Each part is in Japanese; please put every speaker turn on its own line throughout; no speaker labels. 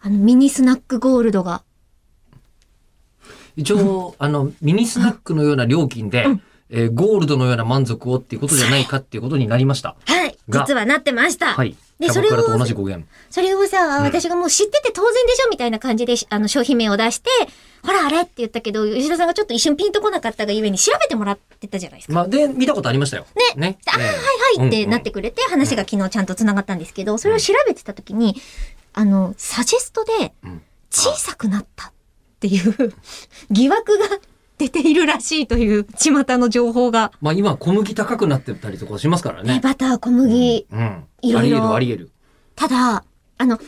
あの、ミニスナックゴールドが。
一応、あの、ミニスナックのような料金で、えーゴールドのような満足をっていうことじゃないかっていうことになりました。
はい。
が
実はなってました。
はい。
で、
キャ
そ
バ
れ
クラと
を
同、じ語源。
それをさ、
ん
私がもう知ってて当然でしょみたいな感じで、しあの、商品名を出して、ほら、あれって言ったけど、吉田さんがちょっと一瞬ピンとこなかったがゆえに調べてもらってたじゃないですか。
まあ、で、見たことありましたよ。ね。ね。
あー
え
はい
え
はいってなっ、
うん
てくれて、話が昨日ちゃんと繋がったんですけど、それを調べてた時に、あの、サジェストで
ん、
小さくなったっていう 疑惑が出ているらしいという巷の情報が。
まあ、今、小麦高くなってたりとかしますから
ね、
ね。
バター、小麦。
うん。
いろいろ
あり得る、
ただ、あの、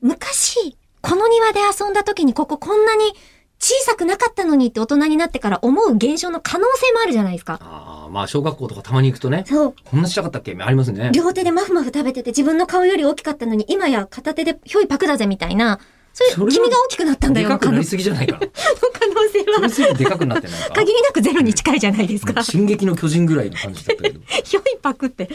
昔、この庭で遊んだ時にこここんなに小さくなかったのにって大人になってから思う現象の可能性もあるじゃないですか。
あり得る。ああ、まあ、小学校とかたまに行くとね、
そう。
こんなちっちゃかったっけありますね。
両手でマフマフ食べてて自分の顔より大きかったのに今や片手でひょいパクだぜみたいな。それ、
それは
君が大きくなったんだ
で
よ
か
の可能
くなり
そ
すぎじゃないか。
の可能性
それ
は。
すぎでかくなってないか。
限りなくゼロに近いじゃないです
う
か
ん。進撃の巨人ぐらいの感じだったけど。
ひょいパクって。で、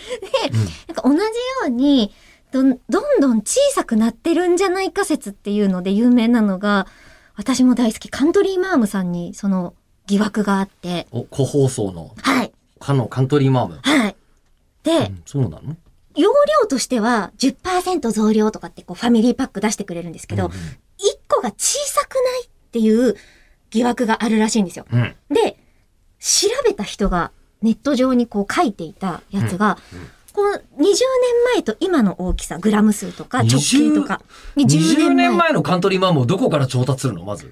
なんか同じように、どん、どんどん小さくなってるんじゃないか説っていうので有名なのが、私も大好きカントリーマームさんにその疑惑があって。
お、個包装の、
はい。
かのカントリーマーム。
はい。で、
うんそうなの
容量としては10%増量とかってこうファミリーパック出してくれるんですけど、
うん
一個が小さくないっていう疑惑があるらしいんですよ。
うん。
で、調べた人がネット上にこう書いていたやつが、この20年前と今の大きさ、グラム数とか直径とか。
20年前のカントリーマームをどこから調達するのまず。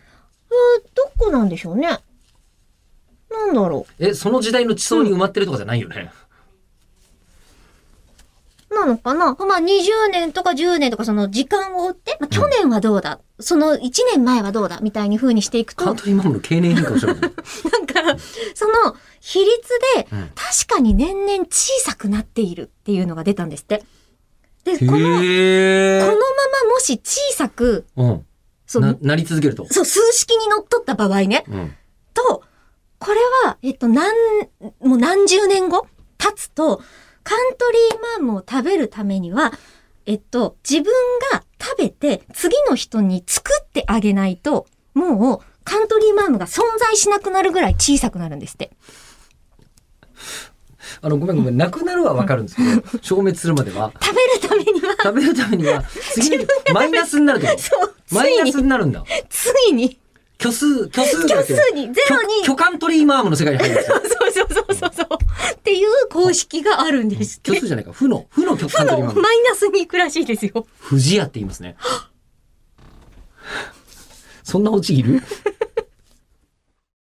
えーどこなんでしょうね。なんだろ
え、その時代の地層に埋まってるとかじゃないよね。
う。なのかなまあ20年とか10年とかその時間を追って、まあ去年はどうだ、その1年前はどうだみたいに風にしていくと、な
カン
んか
トリーマームの経年変化をしてる。
その比率で
うん
確かに年々小さくなっているっていうのが出たんですって。で、この、こ
へ
のま
え。
まもし小さく、
うん。
そ
な
う、、
なり続けると。
そう、数式にのっとった場合ね、
うん。
と、これは、えっと、何、もう何十年後経つと、カントリーマームを食べるためには、えっと、自分が食べて、次の人に作ってあげないと、もう、カントリーマームが存在しなくなるぐらい小さくなるんですって。
あの、ごめんごめん。なくなるはわかるんですけど、消滅するまでは。
食べるためには、
食べるためには、次 に、マイナスになるってこと
そう、 つ
マイ
い
ナ
に、
スになるんだ。
ついに、
虚数、虚数
虚
だけ。
数に、ゼロに
巨、巨カントリーマームの世界に入る んですよ。
そうそうそうそうそう。っていう公式があるんですって
虚。数じゃないか。負の、負のカントリ ーマ
の
ーム。
マイナスに行くらしいですよ。
不二家って言いますね。そんなオチいる